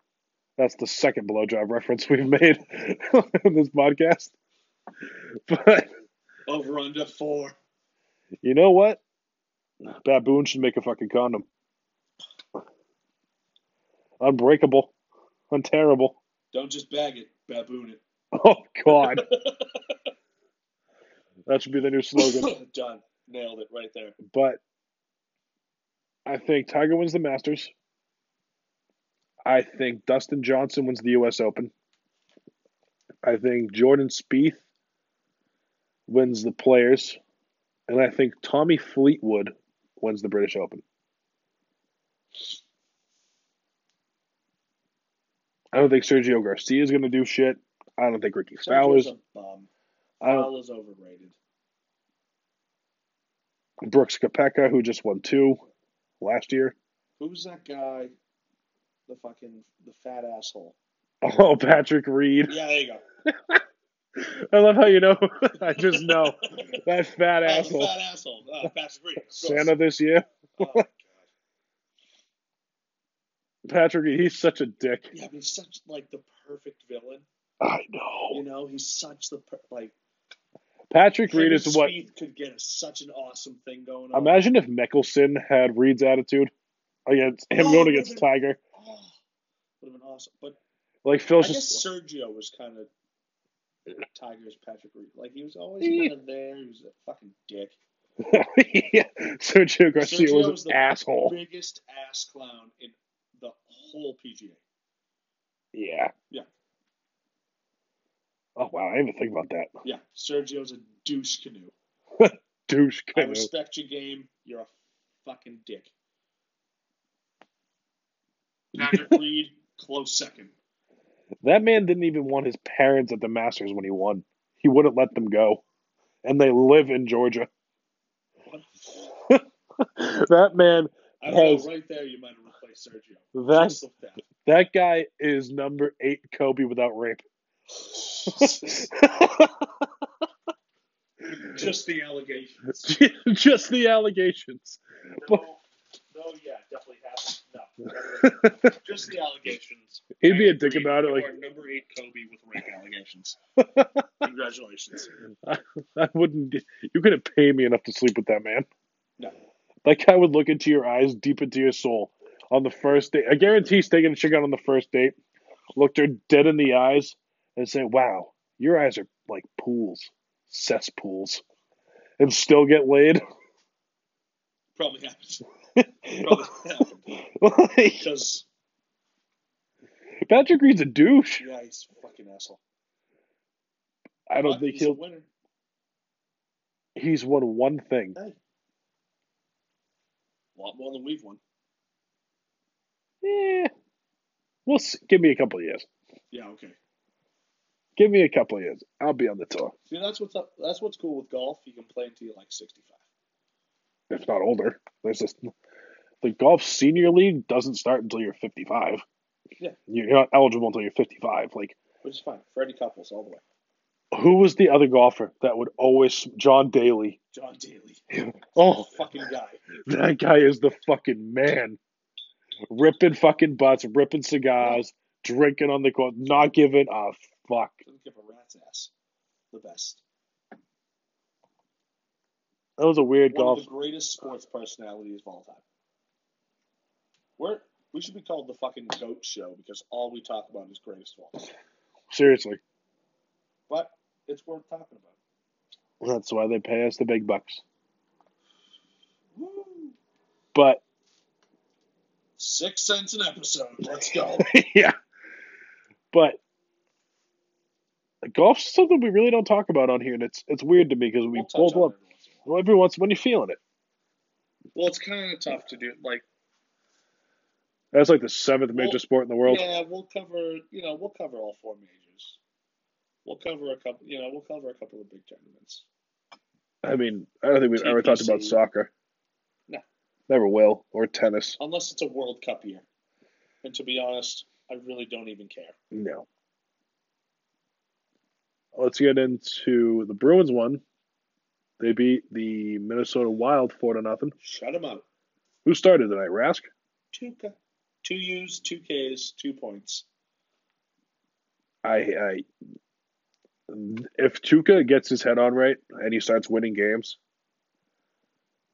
A: that's the second blowjob reference we've made in this podcast. But
B: Over under four.
A: you know what? Baboon should make a fucking condom. Unbreakable, unterrible.
B: Don't just bag it, baboon it.
A: Oh God, that should be the new slogan.
B: Done. Nailed it right there.
A: But I think Tiger wins the Masters. I think Dustin Johnson wins the U.S. Open. I think Jordan Spieth wins the Players, and I think Tommy Fleetwood wins the British Open. I don't think Sergio Garcia is going to do shit. I don't think Ricky
B: Central's
A: Fowler's.
B: a bum.
A: I don't,
B: Fowler's overrated.
A: Brooks Kopeka, who just won two last year.
B: Who's that guy? The fucking the fat asshole.
A: Oh, Patrick Reed.
B: Yeah, there you go.
A: I love how you know. I just know that fat
B: Oh, the
A: asshole.
B: Fat asshole. Oh, Patrick Reed. of course.
A: Santa this year.
B: Oh, God.
A: Patrick Reed, he's such a dick.
B: Yeah, but he's such like the perfect villain.
A: I
B: You
A: know.
B: know, he's such the per- like.
A: Patrick
B: him
A: Reed
B: and
A: is what.
B: Spieth could get a, such an awesome thing going on.
A: Imagine if Mickelson had Reed's attitude against him
B: Oh,
A: going
B: it
A: against
B: wasn't-
A: Tiger.
B: Oh, would have been awesome. But
A: Like
B: I
A: Phil's
B: guess
A: just
B: Sergio was kind of Tiger's Patrick Reed. Like he was always kind of there. He was a fucking dick.
A: yeah. Sergio Garcia
B: Sergio
A: was an
B: was the
A: asshole.
B: Biggest ass clown in the whole PGA.
A: Yeah.
B: Yeah.
A: Oh wow, I didn't even think about that.
B: Yeah, Sergio's a douche canoe.
A: Douche
B: I
A: canoe.
B: respect your game. You're a fucking dick. Patrick Reed, close second.
A: That man didn't even want his parents at the Masters when he won. He wouldn't let them go. And they live in Georgia.
B: What the fuck?
A: that man,
B: I don't
A: Has-
B: know, right there you might have replaced Sergio.
A: that
B: Just like that.
A: that guy is number eight Kobe without rape.
B: Just the allegations.
A: Just the allegations.
B: No, no, yeah, definitely happened. No, just the allegations.
A: He'd be a
B: Patrick
A: dick
B: Reed,
A: about it.
B: you
A: Like
B: are number eight Kobe with rape allegations. Congratulations.
A: I wouldn't. You couldn't pay me enough to sleep with that man.
B: No.
A: That guy would look into your eyes, deep into your soul, on the first date. I guarantee he's taking a chick out on the first date, looked her dead in the eyes, and say, "Wow, your eyes are like pools, cesspools," and still get laid.
B: Probably happened. Probably happened.
A: like,
B: Because
A: Patrick Reed's a douche.
B: yeah, he's a fucking asshole.
A: I don't
B: But
A: think
B: he's a
A: he'll.
B: winner.
A: He's won one thing.
B: Hey. A lot more than we've won.
A: Eh, we'll see. give me a couple of years.
B: Yeah, okay.
A: Give me a couple of years. I'll be on the tour,
B: See, that's what's up. That's what's cool with golf. You can play until you're like 65.
A: if not older. There's this, the golf senior league doesn't start until you're 55.
B: Yeah.
A: You're not eligible until you're 55. Like,
B: Which is fine. Freddie Couples all the way.
A: who was the other golfer that would always John Daly?
B: John Daly.
A: Oh,
B: Fucking guy.
A: that guy is the fucking man. Ripping fucking butts, ripping cigars, drinking on the court, not giving a fuck.
B: Doesn't give a rat's ass. The best.
A: That was a weird
B: One
A: golf.
B: of the greatest sports personalities of all time. We're, we should be called the fucking GOAT show because all we talk about is greatest of all time.
A: Seriously,
B: But it's worth talking about.
A: that's why they pay us the big bucks.
B: Woo!
A: But
B: Six cents an episode. Let's go.
A: yeah. But golf's something we really don't talk about on here, and it's it's weird to me because we
B: We'll touch
A: both
B: on
A: love
B: it every once in a while.
A: well, every once when you're feeling it.
B: Well, it's kind of tough to do. Like,
A: That's like the seventh
B: Well,
A: major sport in the world.
B: Yeah, we'll cover. You know, we'll cover all four majors. We'll cover a couple. You know, we'll cover a couple of big tournaments.
A: I mean, I don't think we've ever talked about
B: TPC.
A: soccer.
B: No.
A: Never will. Or tennis.
B: unless it's a World Cup year. And to be honest, I really don't even care.
A: No. Let's get into the Bruins one. They beat the Minnesota Wild four to nothing.
B: Shut them out.
A: Who started tonight? Rask?
B: Two, K- two U's, two K's, two points.
A: I, I if Tuca gets his head on right and he starts winning games,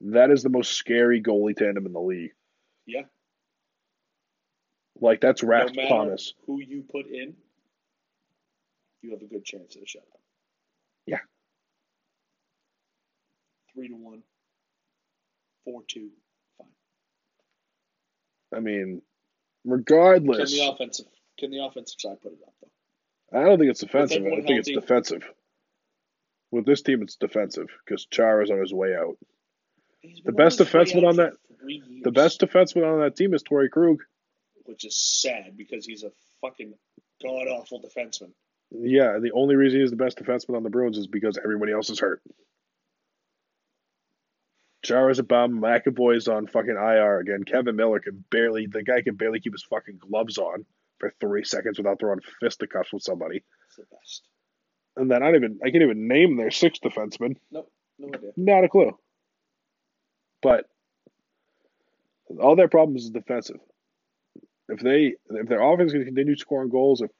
A: that is the most scary goalie tandem in the league.
B: Yeah.
A: Like that's
B: No
A: Rask
B: matter
A: Thomas.
B: who you put in, you have a good chance at a shutout.
A: Yeah.
B: Three to one. Four two.
A: I mean,
B: Can
A: regardless,
B: the offensive can the offensive side put it up though?
A: I don't think it's offensive. I
B: everyone
A: think it's
B: healthy-
A: defensive. With this team, it's defensive because Chara's on his way out.
B: He's
A: The
B: been
A: best
B: his way
A: defenseman
B: out
A: on
B: for
A: that-
B: three
A: The
B: years,
A: best defenseman on that team is Torrey Krug.
B: which is sad because he's a fucking god awful defenseman.
A: Yeah, the only reason he's the best defenseman on the Bruins is because everybody else is hurt. Chara's a bum. McAvoy's on fucking IR again. Kevin Miller can barely the guy can barely keep his fucking gloves on for three seconds without throwing fisticuffs with somebody.
B: It's the best.
A: And then I don't even I can't even name their sixth defenseman.
B: Nope, no idea.
A: Not a clue. But all their problems is defensive. If they if their offense can continue scoring goals, if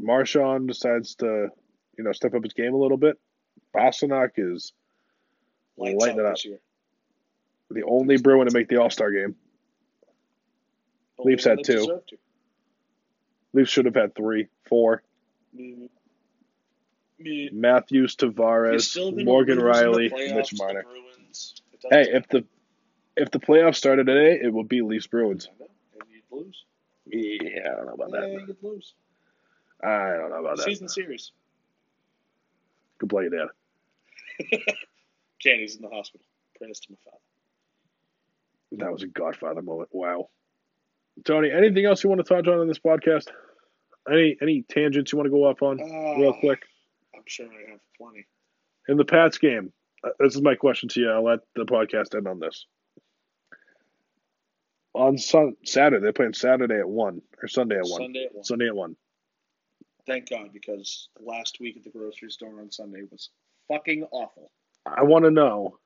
A: Marshawn decides to, you know, step up his game a little bit, Bastanak is
B: Lights
A: Lighten
B: out
A: it
B: this year.
A: the only Bruin to make the All Star game.
B: Only
A: Leafs had
B: they
A: two.
B: deserve to.
A: Leafs should have had three, four.
B: Mhm. Mhm.
A: Matthews,
B: You're
A: Tavares,
B: still gonna
A: Morgan
B: lose in the
A: Riley,
B: playoffs
A: Mitch
B: to the
A: Marner.
B: Bruins. It doesn't
A: Hey,
B: matter.
A: if the if the playoffs started today, it would be Leafs Bruins.
B: I know, and you'd lose.
A: Yeah, I don't know about
B: Yeah,
A: that.
B: you'd lose.
A: I don't know about that.
B: Season series.
A: Good play, Dad.
B: Candy's in the hospital. Prayers to my father.
A: That was a Godfather moment. Wow. Tony, anything else you want to touch on in this podcast? Any any tangents you want to go off on real
B: Ah,
A: quick?
B: I'm sure I have plenty.
A: In the Pats game, uh, this is my question to you. I'll let the podcast end on this. On sun- Saturday, they're playing Saturday at 1 or Sunday at 1.
B: Sunday at one.
A: Sunday at 1.
B: Thank God, because the last week at the grocery store on Sunday was fucking awful.
A: I want to know,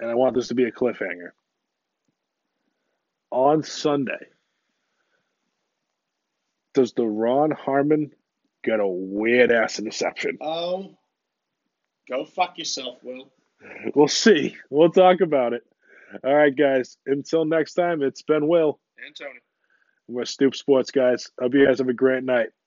A: and I want this to be a cliffhanger. On Sunday, does the Ron Harmon get a weird ass interception?
B: Oh, go fuck yourself, Will.
A: We'll see. We'll talk about it. All right, guys. Until next time, it's been Will.
B: And Tony.
A: We're Stoop Sports, guys. Hope you guys have a great night.